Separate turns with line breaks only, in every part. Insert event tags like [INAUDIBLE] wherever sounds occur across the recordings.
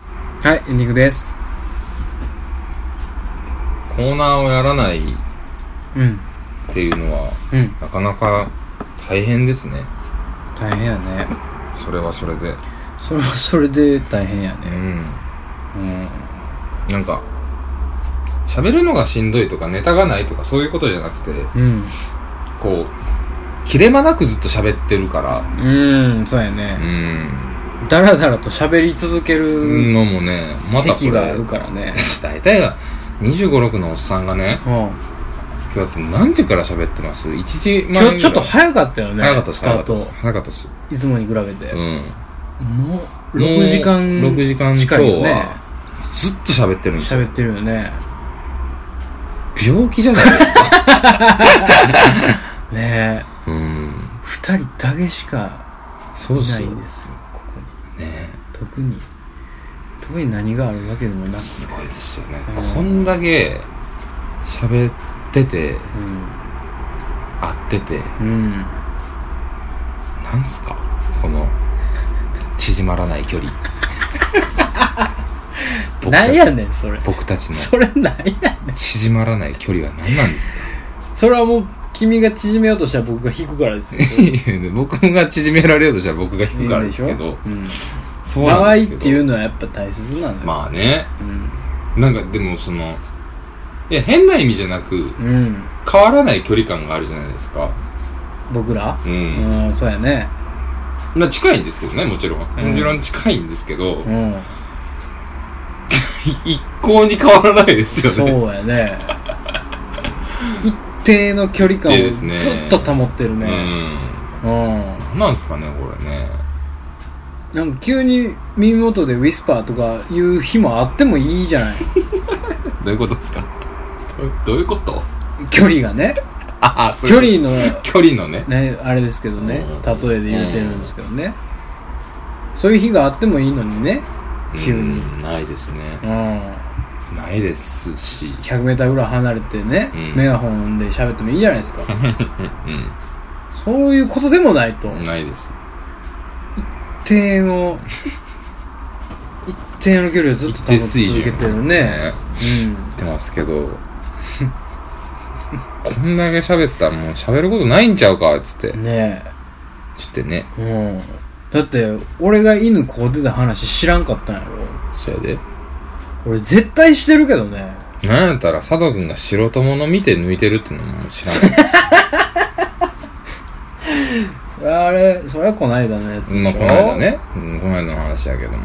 はい、エンディングです。
コーナーをやらないっ
うん。
ていうのは
うん。
なかなか大変ですね
大変やね。
それはそれで
それはそれで大変や
う
ね。
ん
うん。
なんか喋るのがしんどいとかネタがないとかそういうことじゃなくて
うん。
こう切れ間なくずっと喋ってるから
うん、そうや
う
ね。
ん
だらだらと喋り続ける
のもねまたそ
癖
れ
があるからね。
[LAUGHS] 大体が2 5 6のおっさんがね
うん。
今日だって何時から喋ってます ?1 時前ぐら
今
い
日ちょっと早かったよね。
早かったっ
ス
す
タ
早か
ー
ったっす
ト。
早かったっす
いつもに比べて
う。ん
もう、6時間
もう6時間
近いよ
今
ね
日。ずっと喋ってるんですよ
喋ってるよね。
病気じゃないですか
[LAUGHS] ねえ。
うん
二人だけしか
そうっ
いな
す
い
よ
ん
ね
ですよ、ここに。特に、特に何があるわけでもなく。
すごいですよね、
うん
こんだけ喋って
う
て
ん。
会ってて
うん。
なんすかこの縮まらない
[LAUGHS]
距離僕た
なんやねん、それ。
僕たちの
それなんや。
縮まらない距離は何なん
[LAUGHS]
ですか
それはもう、君が縮めようとしたら僕が引くから [LAUGHS] ですよ。
僕が縮められようとしたら僕が引くからですけ
いい
ど
でしょうん。
そう
間
な
合い
んで
っ
すけど
ていうのはやっぱ大切なんだよ。
まあね
うん。
なんかでもそのいや変な意味じゃなく
うん。
変わらない距離感があるじゃないですか
僕ら
うん、
うん、そうやね。
まあ近いんですけどねもちろんも
ん
ちろん近いんですけど、
うん。
一向に変わらないですよね
そうや [LAUGHS] ね一定の距離感
一定
を
で
ず
すね
っと保ってる
う
ね
ん
う
なんですかねこれね
んなんか急に耳元でウィスパーとかいう日もあってもいいじゃない
どういうことですかどどういうこと
距離がね
ああそう
距
い
離
うこ
の、
と距離のね
ね、あれですけどね
うん
例えで言うてるんですけどねそういう日があってもいいのにね急に
うんないですね
うん
ないですし
100m ぐらい離れてね、
うん
メガホンで喋ってもいいじゃないです
[LAUGHS]
か
う
そういうことでもないと、
んないです
一定の一定の距離をずっと保ち続けてるね
言ってますけど [LAUGHS] こんだけ喋ったらもう喋ることないんちゃうかっつって
うんね
つってね
えうんだって俺が犬こう出た話知らんかったんやろ
そやで
俺絶対してるけどね
なんやったら佐藤君が素人もの見て抜いてるってのも知らん
それはあれそれはこないだのやつでしょ
まあこの間ね、うん、この間の話やけども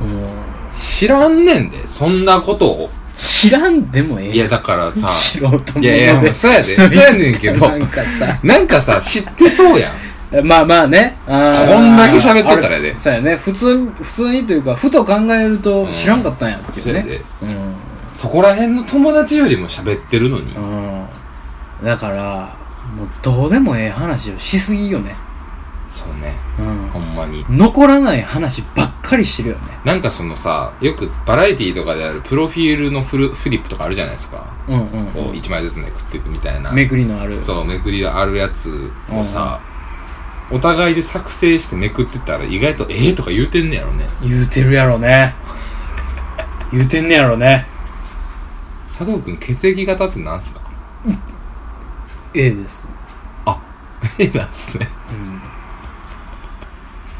うん
知らんねんでそんなことを
知らんでもええ
いやだから
[LAUGHS]
さ
素人もので
いやいやもうそうやでそうやねんけど
なんかさ
なんかさ知ってそうやん
まあまあね。こ
こんだけ喋っとったらやで
そうやね。普通、普通にというか、ふと考えると
うん
知らんかったんやってい
そう
う
や
ね。
で
うん。
そこら辺の友達よりも喋ってるのに
うん。だから、もうどうでもええ話をしすぎよね。
そうね
うん
ほ。んまに
残らない話ばっかりしてるよね。
なんかそのさよくバラエティーとかであるプロフィールのフルフリップとかあるじゃないですか
うんうん
こ
う。
うん1枚ずつめくっていくみたいな
めくりのある。
そうめくりがあるやつをさお互いで作成してめくってたら意外とええとか言うてんねやろね
言うてるやろね。言うてんねやろね。
佐藤君血液型ってなんすか [LAUGHS]
A です。
えなんすね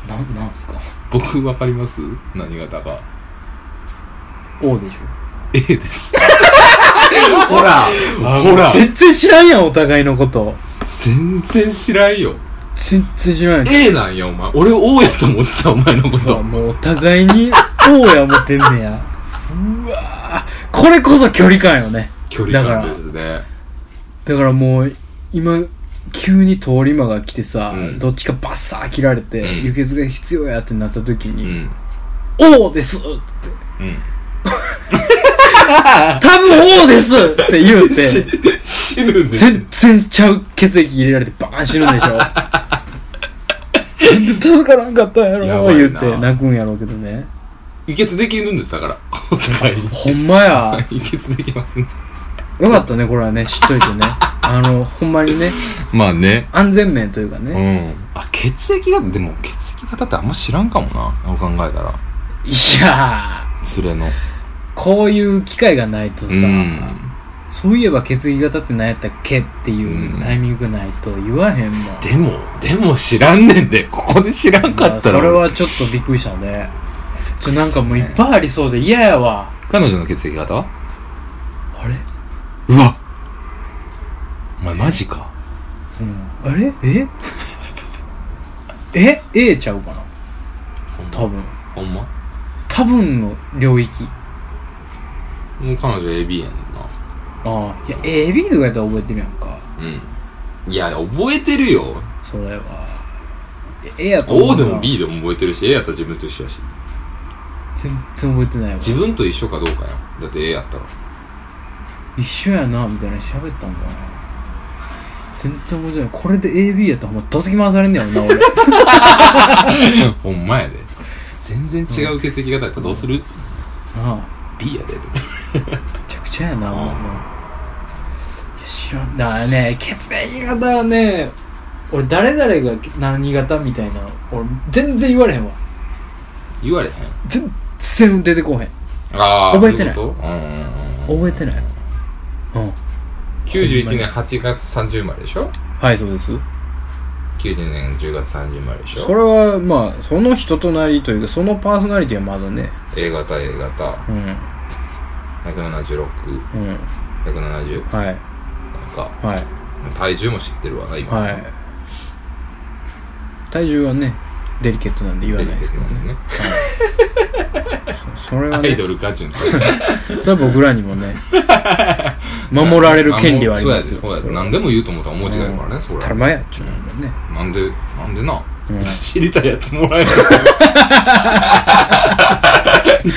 うん。なん、なんすか
僕わかります何型か
?O でし
A です [LAUGHS] ほら
ょ。
ほら
全然知らんやん、お互いのこと。
全然知らんよ
全然知らない
A なんやお前俺 O やと思ってたお前のこ
そう
と
もうお互いに王や思ってんねやうわーこれこそ距離感よね
距離
だか
感
ら
ですね
だからもう今急に通り魔が来てさ、
うん
どっちかバッサー切られて、
うん
輸血が必要やってなった時
う
に
ん
「王です!」って
うん
「 [LAUGHS] 多分王です!」って言う
[LAUGHS]
て
死ぬんです
全然ちゃう血液入れられてバーン死ぬんでしょなんで助からんかったんや
や
ろ
ばいな
言うて泣くんやろうけどね
輸血できるんですだから [LAUGHS] お互いに
ほんまや
輸血できますね
よかったねこれはね知っといてねあのほんまにね
まあね
安全面というか
う
ね、
んあ血液型でも血液型ってあんま知らんかもなそう考えたら
いや
連れの
ーこういう機会がないとさ、
うん
そういえば血液型って何やったっけっていうタイミングがないと言わへんもん、
でもでも知らんねんでここで知らんかったら
それはちょっとびっくりしたねちょなんかもういっぱいありそうで嫌やわ
彼女の血液型は
あれ
うわお前マジか
うんあれええ ?A ちゃうかな多分
ほんま
多分の領域
もう彼女 AB やねんな
ああいや AB とかやったら覚えてるやんか
うんいや覚えてるよ
それは A やと
O
う
で
な
も B でも覚えてるし A やったら自分と一緒やし
全然覚えてないわ
自分と一緒かどうかやんだって A やったら [LAUGHS]
一緒やなみたいな喋ったんかな全然覚えてないこれで AB やったらほんまどつき回されんねやろな
[LAUGHS]
俺
ほんまやで全然違う血液型やったらどうする、
あ
?B やでとか
あめちゃくちゃやな
うん
もうもういや知らんだからね血液型はね俺誰々が何型みたいなの俺全然言われへんわ
言われへん
全然出てこへん
ああ
覚えてない
そういうことうんうんうん
覚えてないうん
91年8月30生まれでしょ
はいそうです
90年10月30生まれでし
そ
ょ
れはまあその人となりというかそのパーソナリティはまだね
A 型 A 型
うん
176170
うんはい
なんか
はい
体重も知ってるわな今
はい体重はねデリケットなんで言わないですけどね
ね
そそれは
アイド
ね
ルかちゅん
それは僕らにも
[LAUGHS]
ね守られる権利はありますよ
そうやでそうやで何でも言うと思ったら大違いやからねそれ
たらまやっちゅうなんだね
なんでなんでな、
うん
知りたいやつもらえない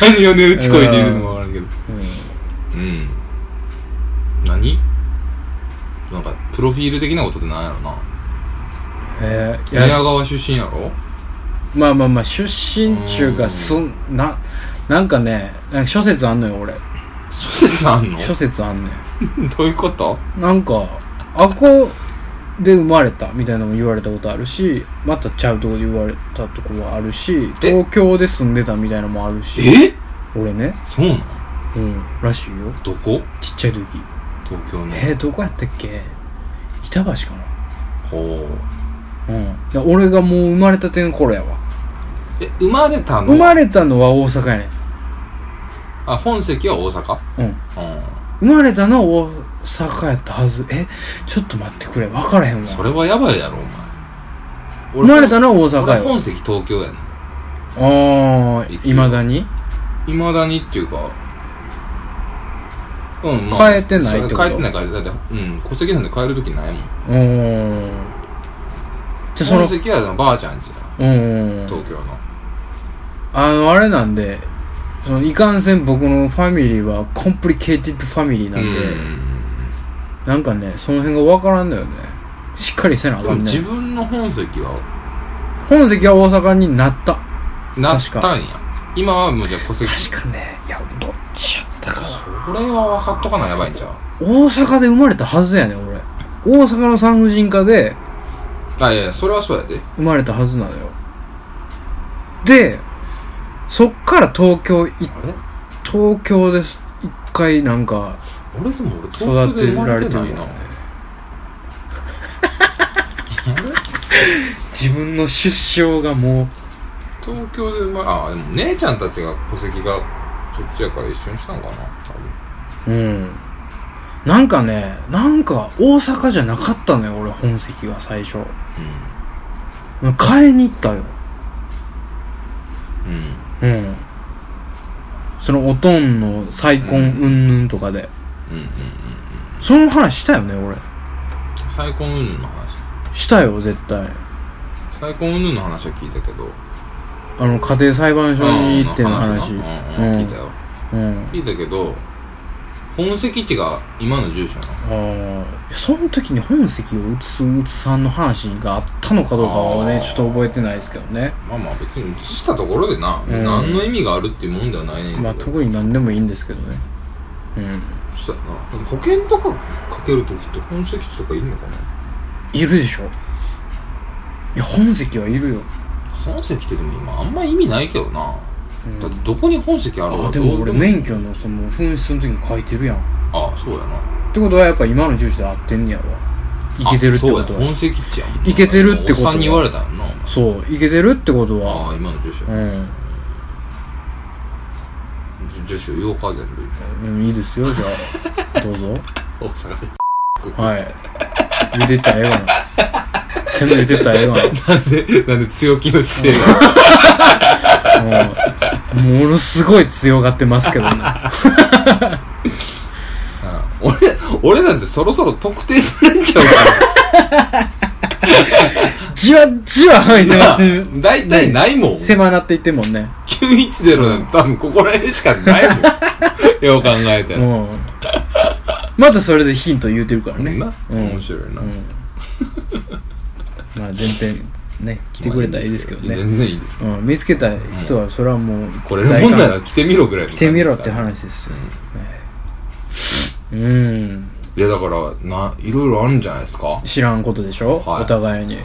何をね打ちこいて言うのもわからんけどうん何なんかプロフィール的なことってなんやろな
えーいや
宮川出身やろ
まあまあまあ出身中がすんななんかねなんか諸説あんのよ俺
諸説あんの
諸説あんのよ
どういうこと
なんかあこで生まれたみたいなのも言われたことあるしまたちゃうとこで言われたとこもあるし
え
東京で住んでたみたいなのもあるし
え
俺ね
そうなん
うんらしいよ
どこ
ちっちゃい時
東京の
えー、どこやったっけ板橋か
ほう
なうんだから俺がもう生まれたての頃やわ
え生まれたの
生まれたのは大阪やね
あ本籍は大阪
んうん
う
生まれたのは大阪やったはずえちょっと待ってくれ分からへんわ
んそれはやばいやろお前
生まれたのは大
俺
阪よ
本籍東京やねん
ああいまだに
いまだにっていうかうん、
変えてないってこと
それ変えてないからだってうん戸籍なんて変える時ないもん
うーんじゃあそ
本
の
籍はばあちゃんちや
うん
東京の
あのあれなんでそのいかんせん僕のファミリーはコンプリケイティッドファミリーなんで、なんかねその辺が分からんのよねしっかりせなあ
で
か
も
んね
自分の本籍は
本籍は大阪になった
なったんや今はもうじゃあ戸籍そ
確かねいやどっちやったかな
れは分かっとかなやばいんちゃう
大阪で生まれたはずやね俺大阪の産婦人科で
あいやいやそれはそうやで
生まれたはずなのよでそっから東京い
あれ
東京で一回なんか
俺でも俺東京
育
で
て
生ま
ら
れ
れ
て
て
な
る
い
よ
な
ね自分の出生がもう
東京で生まれあでも姉ちゃんたちが戸籍がそっちやから一緒にしたんかな多分
うんなんかねなんか大阪じゃなかったのよ俺本籍が最初変えに行ったよ
うんうん
うんそのおとんの再婚うんぬんとかで、
うんうんうん
その話したよね俺
再婚云々の話
したよ絶対
再婚云々の話は聞いたけど
あの家庭裁判所に行っての
う
話
んうん
うん
聞いたよ
うん
聞いたけど本籍地が今の住所なの
あーその時に本籍を移す移さんの話があったのかどうかは
あ
ね
ー
ちょっと覚えてないですけどね
まあまあ別に移したところでな、
うん
何の意味があるっていうもんではないねんけど、
まあ特に何でもいいんですけどねうん
そうやなでも保険とかかけるときって本籍地とかいるのかない
るでしょいや本籍はいるよ
本籍ってでも今あんま意味ないけどな
うん
だってどこに本籍ある
あ
か
で
ど
も
う
俺
でも
免許のその紛失の時に書いてるやんっ
あそうやな
てことはやっぱ今の住所で合ってんねやろいけてるってこ
あ
と
そう
は
や本籍地やもん
いけてるってことは
おっさんに言われたよなお前
そういけてるってこと
あ
は
あ今の住所
うん
住所言おうか全部
うんいいですよじゃあどうぞ
大阪で
はい茹でたらええがな全部茹でたらええが
なんでなんで強気の姿勢が [LAUGHS]
なうんものすごい強がってますけどね
うん俺俺なんてそろそろ特定されんちゃうか
じわじわ [LAUGHS] 範囲
ら
狭な
な
ってる
[LAUGHS] 大体ないもん
狭なっていってんもんね
910なんて多分ここら辺しかな
[LAUGHS]
いもんよう考えた
う
ら
んまたそれでヒント言うてるから
ね
ね
な
うん
面白いな
うんまあ全然ね来てくれたらいいですけどね
全然いいですけど
うん、見つけた人はそれはもう
これるもんなら来てみろぐらいの
来て
感じですか
みろ
ら
って話ですよ、うん
いやだからないろいろあるんじゃないですかは
知らんことでしょ、
はい
お互いに、
い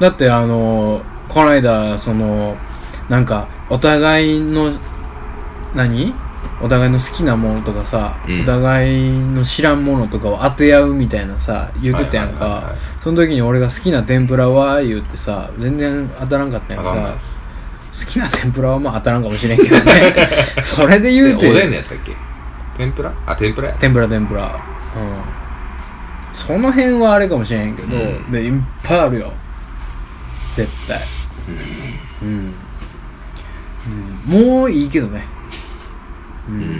だってあのこの間そのなんかお互いの何お互いの好きなものとかさ、
うん
お互いの知らんものとかを当て合うみたいなさ言うてたやんか、
はいはいはいはい
その時に俺が好きな天ぷらは言うてさ全然当たらんかったやん
わ
か
かんないです
好きな天ぷらはまあ当たらんかもしれんけど
[LAUGHS]
ねそれで
で
言
お
うて
でんのやったっけ天ぷらあ天ぷらや
天ぷら天ぷらうんその辺はあれかもしれへんけど、
うん
でいっぱいあるよ絶対うん、うんもういいけどね、う
うんん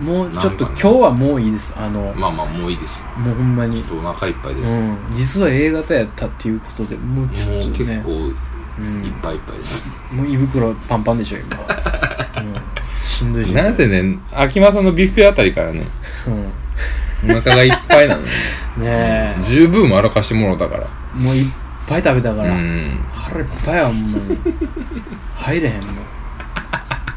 もうちょっと
なんかね
今日はもういいですあの、
まあまあもういいです
もうほんま
ち
に
ょっ、とお腹いっぱいで
う
すも
ん、実は A 型やったっていうことでもう
う
ちょっと
結
ね
構
う
いっ
ん、
ぱいいっぱいです
もう胃袋パンパンでしょ
[LAUGHS]
今、うん、しんどいしんどい
なんせね秋間さんのビュッフェあたりからね
うん
お腹がいっぱ [LAUGHS] いなのね
ねえ
十分歩かしてもらったから
もういっぱい食べたから、
うん
腹いっぱいやほんまに入れへんもん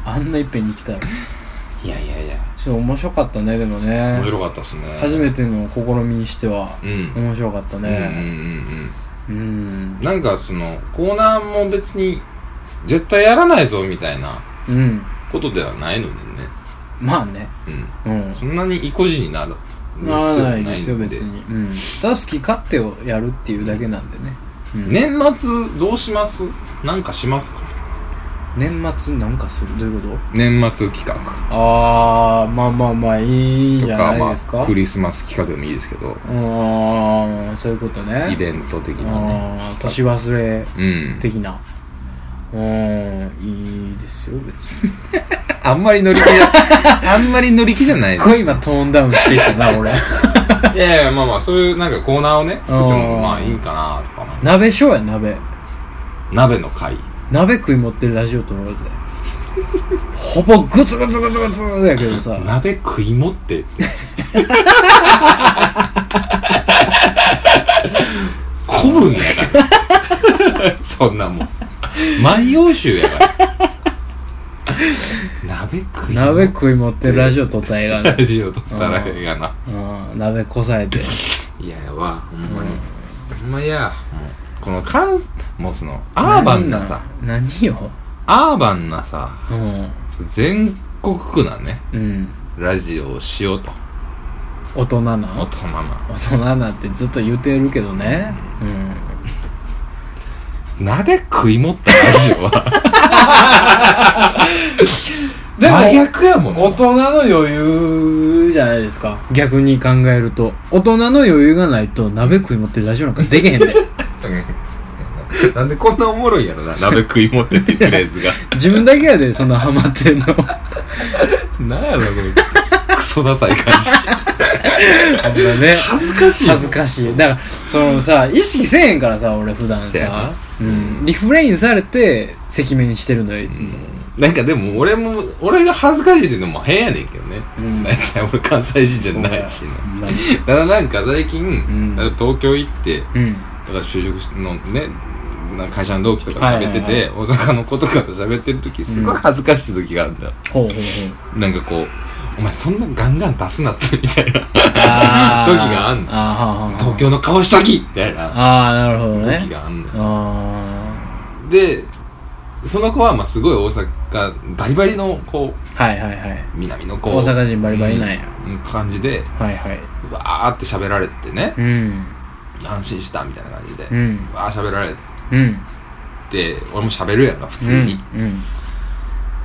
あんないっぺんに来たら
いやいやいや
ちょっと面白かったねでもね
面白かったっすね
初めての試みにしては
うん
面白かった
うんうんうん
ね
うん
うん、うん
なんかそのコーナーも別に絶対やらないぞみたいなことではないのでね、
まあね
うん、
うん
そんなに意固地になる
ならないですよ
必要
別に、うん、ただ好き勝手をやるっていうだけなんでね、うん
年末どうしますなんかしますか
年末なんかするどういうこと
年末企画
ああまあまあまあいいん
と
じゃ
か
ない
ま
ですか
あクリスマス企画でもいいですけど
ああそういうことね
イベント的なね
あー年忘れ
うん
的なうんいいですよ別に
あんまり乗り気じ
[LAUGHS]
ゃあんまり乗り気じゃない
すっごい今トーンダウンしていったな俺
いやいやまあまあそういうなんかコーナーをね作ってもまあいいかなとか思う
[LAUGHS] 鍋ショーや鍋
鍋の会
鍋食い持ってるラジオ撮 [LAUGHS] ろうぜほぼグツグツグツグツやけどさ
鍋食い持 [LAUGHS] ってって古文やからそんなもん万葉集やから鍋食い持
鍋
っ
食い持ってるラジオ撮ったらええが
て
な
ラジオ撮ったらええがな
うん鍋こさえて
いややわほんまに、ほんまやもうこの関もうそのアーバンなさ
何何よ
アーバンなさ
うん
全国区なね
うん
ラジオをしようと
大人な
大人 [LAUGHS] な
大人なってずっと言ってるけどねうん
鍋食い持ったラジオは
でも
真逆やもんな
大人の余裕じゃないですか逆に考えると大人の余裕がないと鍋食い持ってるラジオなんかできへんで
うんなんでこんなおもろいんやろな鍋食い持ってっていうフレー
[LAUGHS]
ズが
自分だけやでそんなハマってんのあ
なんやろこのクソダサい感じ
んなね
恥ずかしい
恥ずかしいだからそのさ意識せえへんからさ俺普段
せや
さ
な、
うん、リフレインされて赤面にしてるのよいつも、
なんかでも俺も俺が恥ずかしいっていうのも変やねんけどね
うん
大体 [LAUGHS] 俺関西人じゃないし
ほ
な
ま
ん
に
ただなんか最近、
ん
だから東京行って
うん
だから就職のねなんか会社の同期とか喋ってて、
はいはい
大阪の子とかと喋ってる時すごい恥ずかしい時があるんだよ、
ほうほうほう
なんかこうお前そんなガンガン出すなってみたいな
あー
[LAUGHS] 時があんの
あーはんはんはん
東京の顔しときみたいな
ああなるほど
時
ね
があんのよ
あ
でその子はまあすごい大阪バリバリのこう
はいはいはい
南のこう
大阪人バリバリなんや、
うん感じで
はいはいう
わーって喋られてね
うん
安心したみたいな感じで、
うん
わー喋られ
うん
て俺も喋るやんか普通に、
うん、うん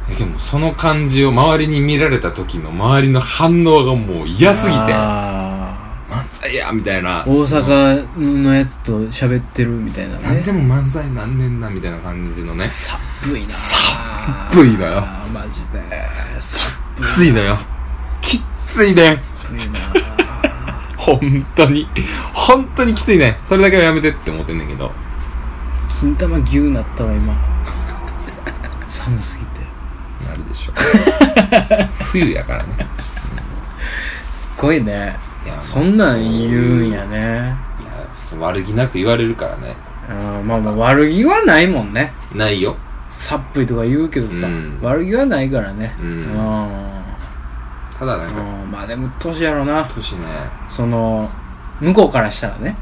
えでもその感じを周りに見られた時の周りの反応がもう嫌すぎて
あ
漫才やみたいな
ー大阪のやつと喋ってるみたいな
なんで
ね
も漫才なんねんなみたいな感じのね
寒いな
寒いなよ
あーマジで
きついのよきっついねん
寒いな
本当に本当にきついねんそれだけはやめてって思ってんねんけど
金玉牛なったわ今寒すぎて
なるでしょ冬やからね
すごいね
いや
そんなん言うん
い
やね
やそう悪気なく言われるからね
あーまあまあ悪気はないもんね
ないよ
さっぷりとか言うけどさ、
うん
悪気はないからね
う
うんん
ただなんか
まあでも年やろな
年ね
その向こうからしたらね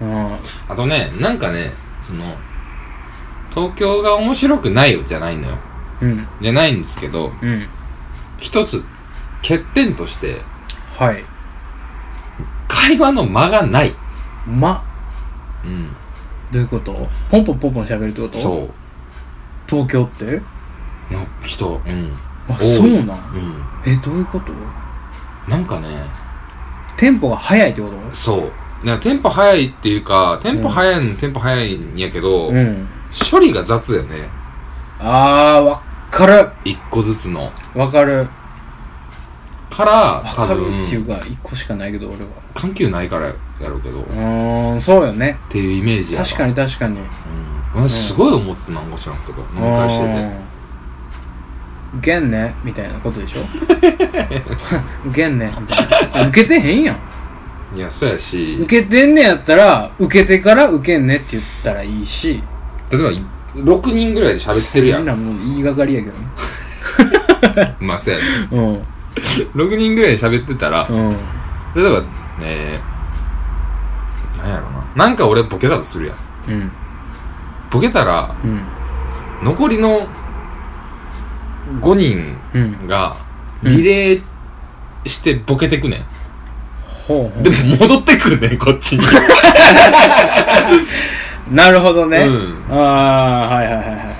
うん
うん
あとねなんかねその東京が面白くないよじゃないのよ
うん
じゃないんですけど
うん
一つ欠点として
はい
会話の間がない
ま
うん
どういうことポンポンポンポン喋るってこと
そう
東京って
の人、うん、
あ
多い
そうなん
うん、
えどういうこと
なんかね
テンポが速いってこと
そうなんかテンポ早いっていうかテンポ早いの、テンポ早いんやけど、
うん
処理が雑やね
あーわっかる
一個ずつの
わかる
から
わ
多
かるっていう
分
か一個しかないけど俺は
緩急ないからやろうけど、
う
っ
ーんそうよね
ていうイメージや
確か
に、
に確かに
うん、私すごい思ってなんか知らんけど飲み会して
うん受けんねみたいなこと
[LAUGHS]
でしょ受けんねみたいな受けてへんやん
ていやそうやし
受けてんねやったら受けてから受けんねって言ったらいいし
例えば6人ぐらいで喋ってるや
みん
ん
なもう言いがかりやけどね
まあそうや、ね、
うん
6人ぐらいで喋ってたら
うん
例えばえー、なんやろななんか俺ボケたとするやん
うん
ボケたら
うん
残りの5人
うん
が
うん
リレーしてボケてくねん、
ほうほ
でも戻ってくんねんこっちに
うなるほどね、
うん
ああはいはいはいは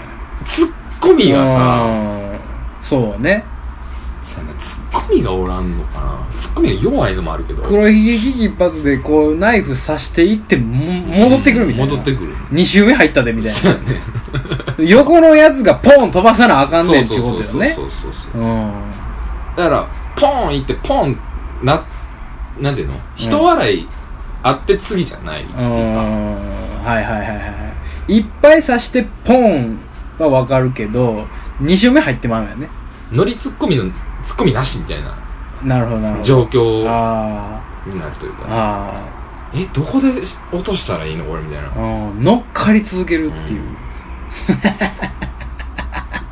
い
ツッコミがさ
うんそうね
そんなツッコミがおらんのかなツッコミが弱いのもあるけど
黒ひげ危機一発でこうナイフ刺していっても戻ってくるみたいな、
戻ってくる
2周目入ったでみたい
そうやね
な [LAUGHS] 横のやつがポン飛ばさなあかんねんっていうことよね
そうそうそうそうそう
うん
だからポーンいってポンななんていうの人笑いあって次じゃないっていう
う
か
んはいはいはいはいいっぱい刺してポンはわかるけど2周目入ってまうんやね
ノリツッコミのツッコミなしみたいな
なるほどなるほど
状況
あ
になるというか
あ
ね
あ
えどこで落としたらいいの俺みたいな
あうん乗っかり続けるっていう、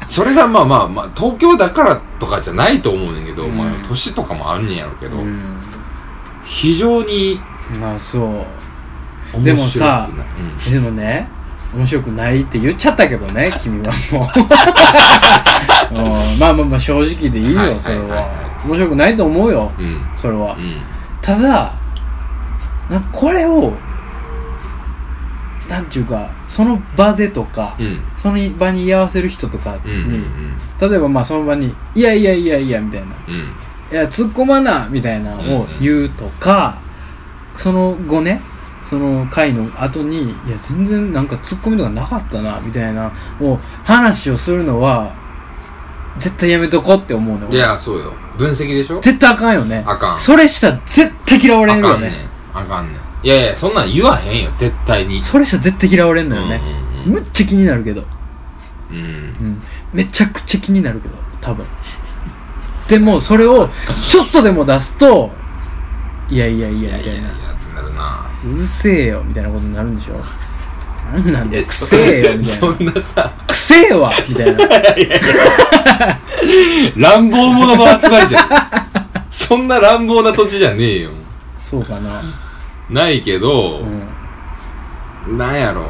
それがまあまあまあ東京だからとかじゃないと思うねんけど、
うん
まあ年とかもあんねんやろうけど、
うん
非常に
まあそう
面白くない
でもさ
うん
でもね面白くないって言っちゃったけどね君はもう、うんまあまあまあ正直でいい
はいは
よ
いはいはい
それは面白くないと思うよ
うん
それは
うん
ただなんかこれをなんていうかその場でとか
うん
その場に居合わせる人とかに、
うんうん
例えばまあその場に「いやいやいやいや」みたいな
うんうん
いや突っ込まなみたいなのを言うとか、その後ねその回の後にいや全然なんか突っ込みとかなかったなみたいなを話をするのは絶対やめとこうって思うの
いやそうよ分析でしょ
絶対あかんよね
あかん
それしたら絶対嫌われ
あ
る
か
よ
んね
ね
んあかんねんいやいやそんなん言わへんよ絶対に
それしたら絶対嫌われるのよね、
うんうん
むっちゃ気になるけど、
うん、うん
うん、めちゃくちゃ気になるけど多分でもそれをちょっとでも出すといやいやい
い
や
や
み
い
た
やい
い
や
な
ってなるな
うるせえよみたいなことになるんでしょなんなんだよ
え
くせえよみたい
そ
なん
なさ
くせえわみたいな
乱暴者の集まりじゃんそんな乱暴な土地じゃねえよ
そう
[LAUGHS]
かな
ないけど、
うん
なんやろ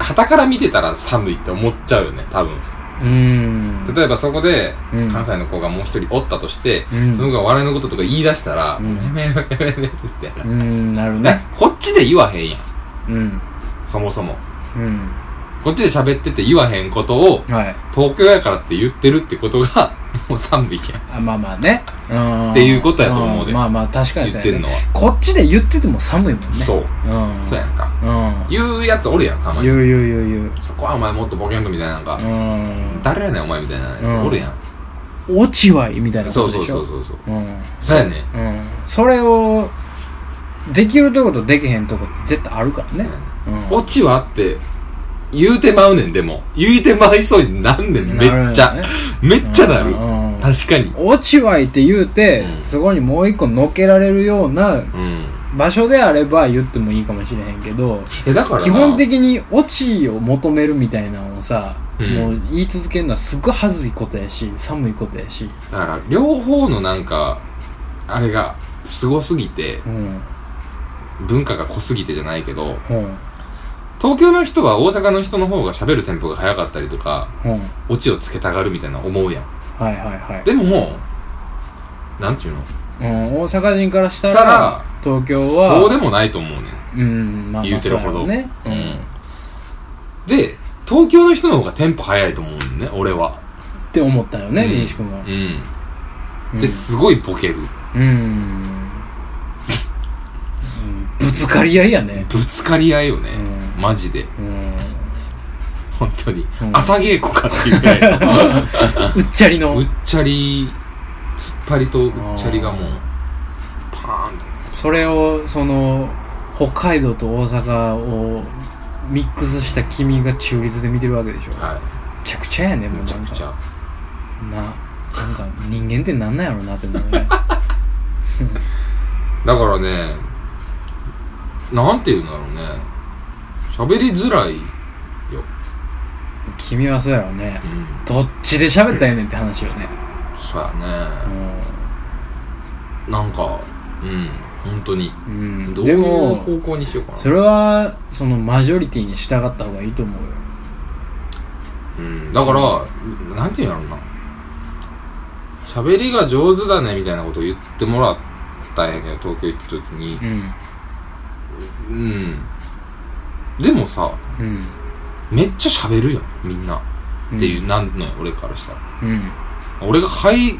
旗から見てたら寒いって思っちゃうよね、多分。
うん
例えばそこで
うん、
関西の子がもう一人おったとして、
うん
その子が笑いのこととか言い出したら、
うん
やめやめやめやめってやる。
うんなるほど
ね
ね、
こっちで言わへんやん。
うん
そもそも。
うん
こっちで喋ってて言わへんことを、
はい
東京やからって言ってるってことが、もう寒いやん。
あまあまあねうん
っていうことやと思うで
んまあまあ確かに
言ってんのは。
こっちで言ってても寒いもんね
そう。
うん
そうやんか。
うん
言うやつおるやん、たまに
言。う言う言う言う
そこはお前もっとボケんとみたいななんか、
うん
誰やねんお前みたいなやつおるやん。
落ちはいみたいなこ
そ
と
う
で
そう
し
そ
ょ
うそうそう。
うん
そうやねん。
うんそれをできるとことできへんとこって絶対あるから
そう
ね
やねん
うん
オチはあって、言うてまうねん、でも。言うてまいそうになんねん、めっち
な
ゃ。
るよね
めっちゃな
う
る。
んうん
確かに。
落ちはいって言うて、
うん
そこにもう一個乗っけられるような
うん。
場所であれば言ってもいいかもしれへんけど
え、だからな
基本的に落ちを求めるみたいなのをさ、
うん
もう言い続けるのはすごい恥ずいことやし寒いことやし、
だから、両方のなんか、あれが、すごすぎて、
うん
文化が濃すぎてじゃないけど、
うん
東京の人は大阪の人の方が喋るテンポが早かったりとか、
うん、
オチをつけたがるみたいな思うやん。
はいはいはい、
でも、なんていうの
うん、大阪人からした
さ
ら
ら、
東京は
そうでもないと思うねん。
うんまあまあ
言うてるほど
そうやろね、う
うん
ん、
で、東京の人の方がテンポ早いと思うねんね、俺は。
って思ったよね
うん
林君は
うん。
うん
で、すごいボケる。
うんうん [LAUGHS] ぶつかり合いやね
ぶつかり合いよね。
う
マジで。
うん
本当に。
うん
朝稽古かっていうぐらい。
[LAUGHS] [LAUGHS] うっちゃりの
うっちゃり、突っ張りとうっちゃりがもう、パーンと。
それをその北海道と大阪をミックスした君が中立で見てるわけでしょめ
は
ちゃくちゃやね
い。
もう
む
な
ちゃ
ん
く
か
ちゃ。
ななんか人間ってなんなんやろなってなる
[LAUGHS]
ね
だからね、なんて言うんだろうね。喋りづらいよ。
君はそうやろね
うん。
どっちで喋ったらええねんって話よね
そうや
う
ね。
ん
なんか、うん。本当に。
うん
どうい
で
う
も
方向にしようかな。
それはそのマジョリティに従った方がいいと思うよ
うん、だから、なんていうんやろな。喋りが上手だねみたいなことを言ってもらったんやけど、東京行った時に
う。ん
うん。でもさ、
うん
めっちゃ喋るやん、みんな。
うん
っていう、なんのよ、俺からしたら。
うん
俺が入、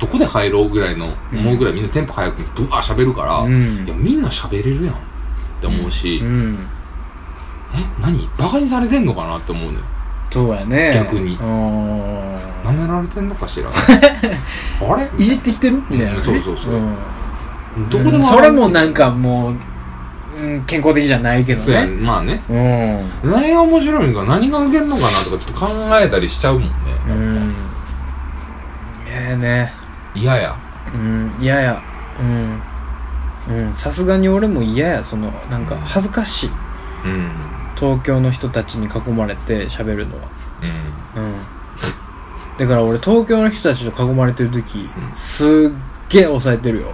どこで入ろうぐらいの、思うぐらいみんなテンポ早くブワー喋るから、
うん
いや、みんな喋れるやんって思うし、
うん
え、何バカにされてんのかなって思うのよ。
そうやね
逆に
うん
舐められてんのか
[LAUGHS]
しら。あれ
いじってきてるみたいなね、
うんそうそうそうんどこでもある
それもなんかもう、うん、健康的じゃないけど
そうや
ね
んまあね。
うん
何が面白いのか何が受けるのかなとかちょっと考えたりしちゃうもんね
うんええね
嫌や
うん嫌やうんうんさすがに俺も嫌やそのなんか恥ずかしい
うんうん
東京の人たちに囲まれて喋るのはうんだから俺東京の人たちと囲まれてる時、
ん
すっげえ抑えてるよ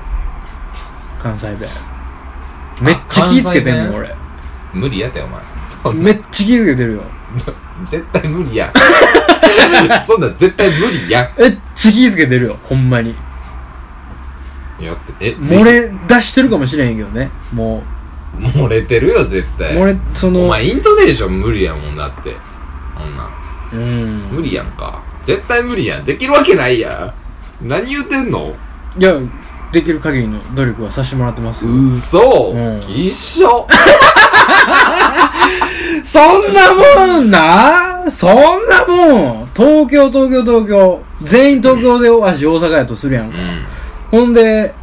関西弁めっちゃ気ぃつけてんの、
関西
俺
無理やってお前そんな
めっちゃ気ぃつけてるよ
絶対無理 [LAUGHS] やそんなん絶対無理や
めっちゃ気ぃつけてるよほんまに
やってえ
漏れ出してるかもしれへんけどねも
漏れてるよ絶
う
対
漏れその
お前イントネーション無理やもんだってそんなん
うん
無理やんか絶対無理やんできるわけないやん何言うてんの
いやできる限りの努力はさせてもらってますよ
うそ
うん
一緒
そんなもんなそんなもん東京東京東京全員東京でわし大阪やとするやん
う
か
[LAUGHS] ん
ほんで、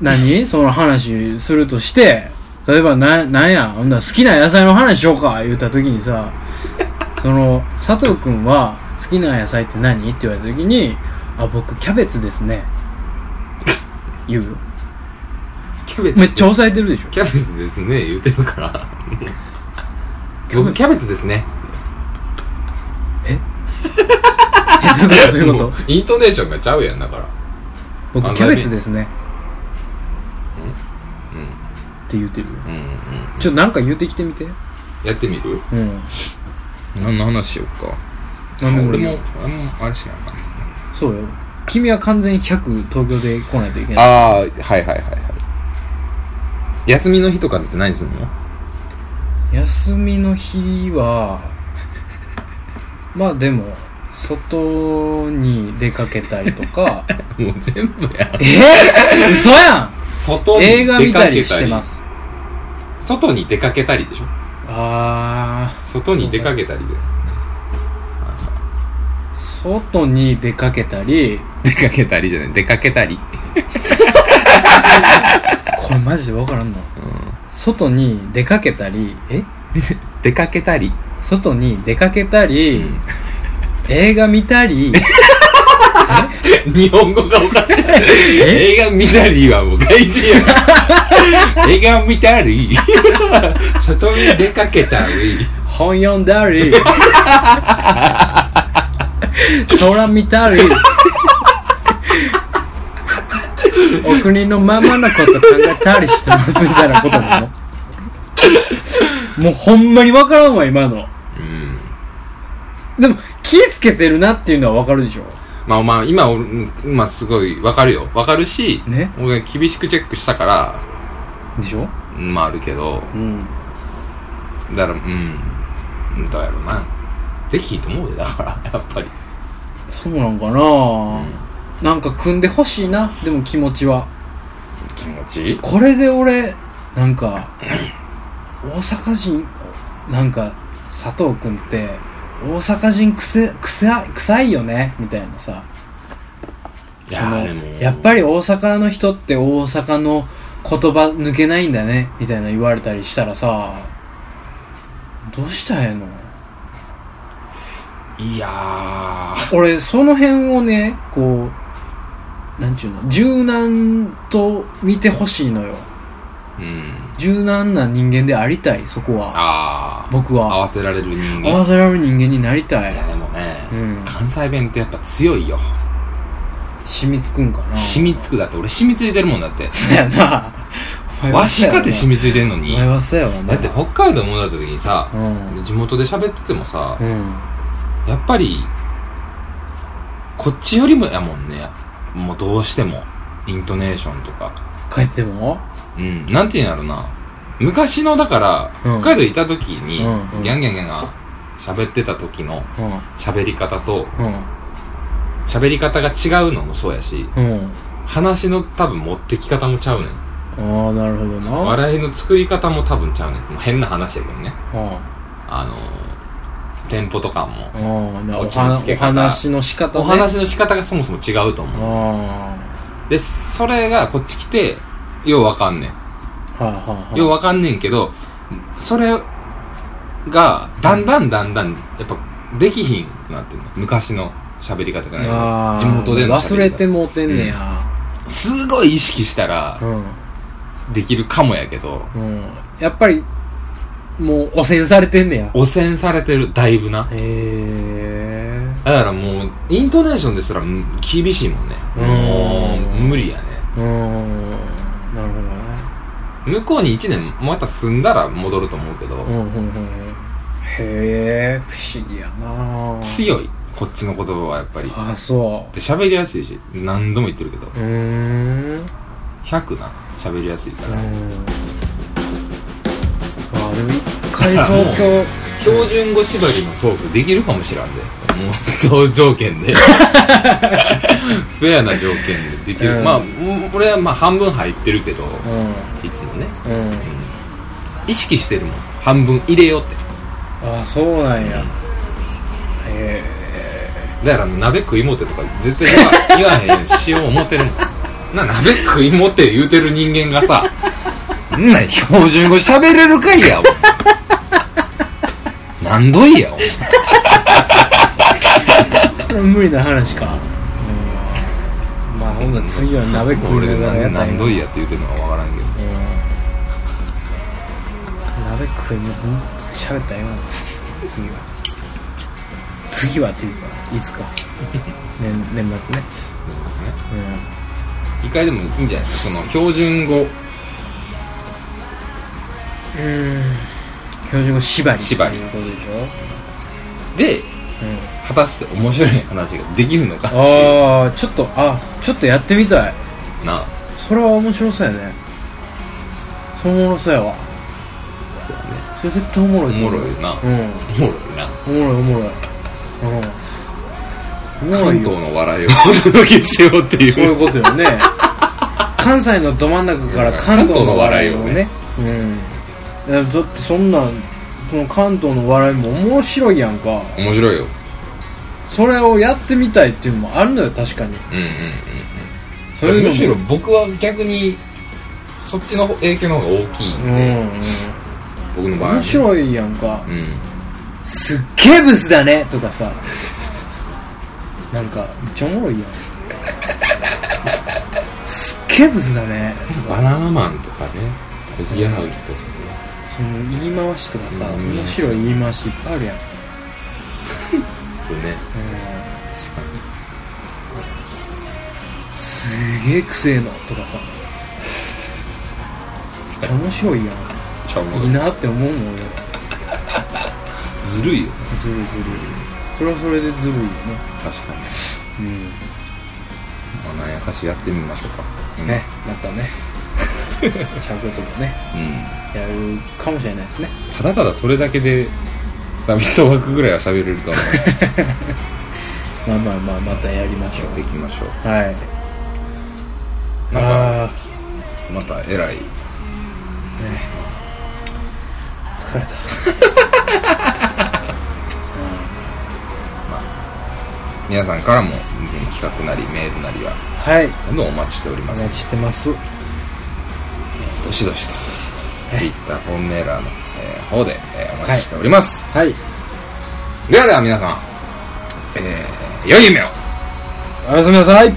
何その話するとして、例えばな、なんや、ほんなら好きな野菜の話しようか、言った時にさ、その、佐藤くんは好きな野菜って何って言われた時に、あ、僕、キャベツですね。言うよ。
キャベツ
めっちゃ抑えてるで
[LAUGHS]
しょ。
キャベツですね言うてる [LAUGHS] から僕キャベツですね
え、どういうことどういうこ
も
と
うイントネーションがちゃうやんだから
僕、キャベツですね。
うん
って言うてるよ。
うんうん
ちょっとなんか言うてきてみて。
やってみる
うん
何の話しよっか
なんで俺
俺
も
も俺もあれしかないか
そうよ君は完全に100東京で来ないといけな
な
い
ああはいはいはいはい休みの日とかって何すんの
休みの日はまあでも外に出かけたりと
[LAUGHS]
か
もう全部やん
え嘘やん
外
映画見たりしてます
外に出かけたりでしょ
あ
外に出かけたりで
ー外に出かけたり
出かけたりじゃない出かけたり
これマジで分からんな、外に出かけたりえ
[LAUGHS] 出かけたり、
外に出かけた
う
り、
ん、
映画見た
[LAUGHS]
り
日本語がおかしい映画見たりはもう外
[LAUGHS]
人やから映画見たり外に出かけたり
本読んだり [LAUGHS] 空見たりお国のままなこと考えたりしてますみたいなことなのもうほんまに分からんわ今の
うん
でも気ぃつけてるなっていうのは分かるでしょ
まあまあ今俺うんまあすごいわかるよわかるし、
ね
俺が厳しくチェックしたから
でしょ
うんまああるけど
うん
だからうんうんどうやろうなできひんと思うよだからやっぱり
そうなんかな、
うん
なんか組んでほしいなでも気持ちは
気持ちいい
これで俺なんか大阪人なんか佐藤君って大阪人くせくせ臭いよねみたいなさ
い
その
ーでも
やっぱり大阪の人って大阪の言葉抜けないんだねみたいな言われたりしたらさどうしたらええの
いや
俺その辺をねこうなんちゅうの柔軟と見てほしいのよ
ーうん
柔軟な人間でありたいそこは
ああ
僕は
合わせられる人間
合わせられる人間になりたい
いやでもね、
うん
関西弁ってやっぱ強いよ
染みつくんかな
染みつくだって俺染みついてるもんだって
そうやなお前は
わしかって
そう
染みついてんのに
やなお前はそうやわな
だって北海道戻った時にさ
う、ん
地元で喋っててもさ
う、ん
やっぱりこっちよりもやもんねもうどうしてもイントネーションとか
帰っても
うんなんていうんやろな昔のだから
うん
北海道行った時に、
うんうん
ギャンギャンギャンが喋ってた時の
うん
喋り方と
うん
喋り方が違うのもそうやし
うん
話の多分持ってき方もちゃうねん
ああなるほどな
笑いの作り方も多分ちゃうねんもう変な話やけどね
あ
あのー、テンポとかも
あなお
落ちのつけ
話お話
方
の仕方ね
お話の仕方がそもそも違うと思う
あ
でそれがこっち来てようわかんねん
あはいはいはい
ようわかんねんけどそれがだんだんだんだんやっぱできひんくなってんの昔の喋り方じゃ
あ
ない
あ
けど地元での
忘
喋
れ
り
て
方
もうてんねや
すごい意識したら
うん
できるかもやけど
うんやっぱりもう汚染されてんねや
汚染されてるだいぶな
へえ
だからもうイントネーションですらうん厳しいもんね
うん
もう無理やね
うんなるほどね
向こうに1年また住んだら戻ると思うけど、
うんうんうんうんへえ不思議やな
強いこっちの言葉はやっぱりで
あそ
喋りやすいし何度も言ってるけど
ううーんう
100な喋りやすいか
ーん
ら、
あでも一回東京
標準語縛りのトークできるかもしらんでもう同条件
[LAUGHS]
でフェアな条件でできる、
うん
まあもう俺はまあ半分入ってるけど
うん
いつもね、
うん
意識してるもん半分入れようって
あそうなんやへ
だから鍋食いもてとか絶対言わ言わへんようにしよう思ってるもんな鍋食いもて言うてる人間がさそん [LAUGHS] なん標準語喋れるかいやお前何度いやお前
えこれ無理な話かうんまあほんなら次は鍋食いながらや
俺
ったらいい
何
な
度いやって言うてるのかわからんけ
うん
ど
鍋食いも喋ったらええわ次は次はっていうかいつか [LAUGHS] 年年末ねう
一回でもいいんじゃないですかその標準語
んうん標準語縛りって
縛り
いうことでしょ、
で
うん、
果たして面白い話ができるのかっていう
ああちょっとあちょっとやってみたい
な
それは面白そうやねそれおもろそうやわ
そうやね
それ絶対おもろ
お
いと
も
思う
ろいな
うん
おもろいな
おもろいおもろいうんおもろ
関
い
東
よ
の笑いを [LAUGHS] お届けしようって
そう
い
いううこと [LAUGHS] よね関西のど真ん中から関東の笑いをねうんいやだってそんなんその関東の笑いも面白いやんか
面白いよ
それをやってみたいっていうのもあるのよ確かに
うんうん
そう
うん
いうのも
むしろ僕は逆にそっちの影響の方が大きい
うん、うん、
僕の場合はね
面白いやんか
うん
すっげえブスだねとかさなんかめっちゃおもろいやんすっげえブスだね
バナナマンとかねおぎやはぎとかね
その言い回しとかさ
うん
面白い言い回しいっぱいあるやん、うん、
これね確か
すげえくせえのとかさめっちゃ面白いやん
にちゃうも
いい
ん
なって思うもん俺
ずるいよね
ずるずるそれはそれでずるいよね
確かに
うん
まあなんやかしやってみましょうかうん
ねまた [LAUGHS] ねちゃうこともね
うん
やるかもしれないですね
ただただそれだけでダビット枠ぐらいは喋れると思う
まあまあまあまたやりましょ
やっていきましょう
うはい
なん
あ
か
あ
[LAUGHS] また偉い
疲れた
皆さんからも全然企画なりメールなりは
はい
どんどんお待ちしており
お
ます
待ちしてます
どしどしとツイッターフォンメーラーの、えー方で、えーお待ちしております、
はい
ではでは皆さん、えー、良い夢を
おやすみなさい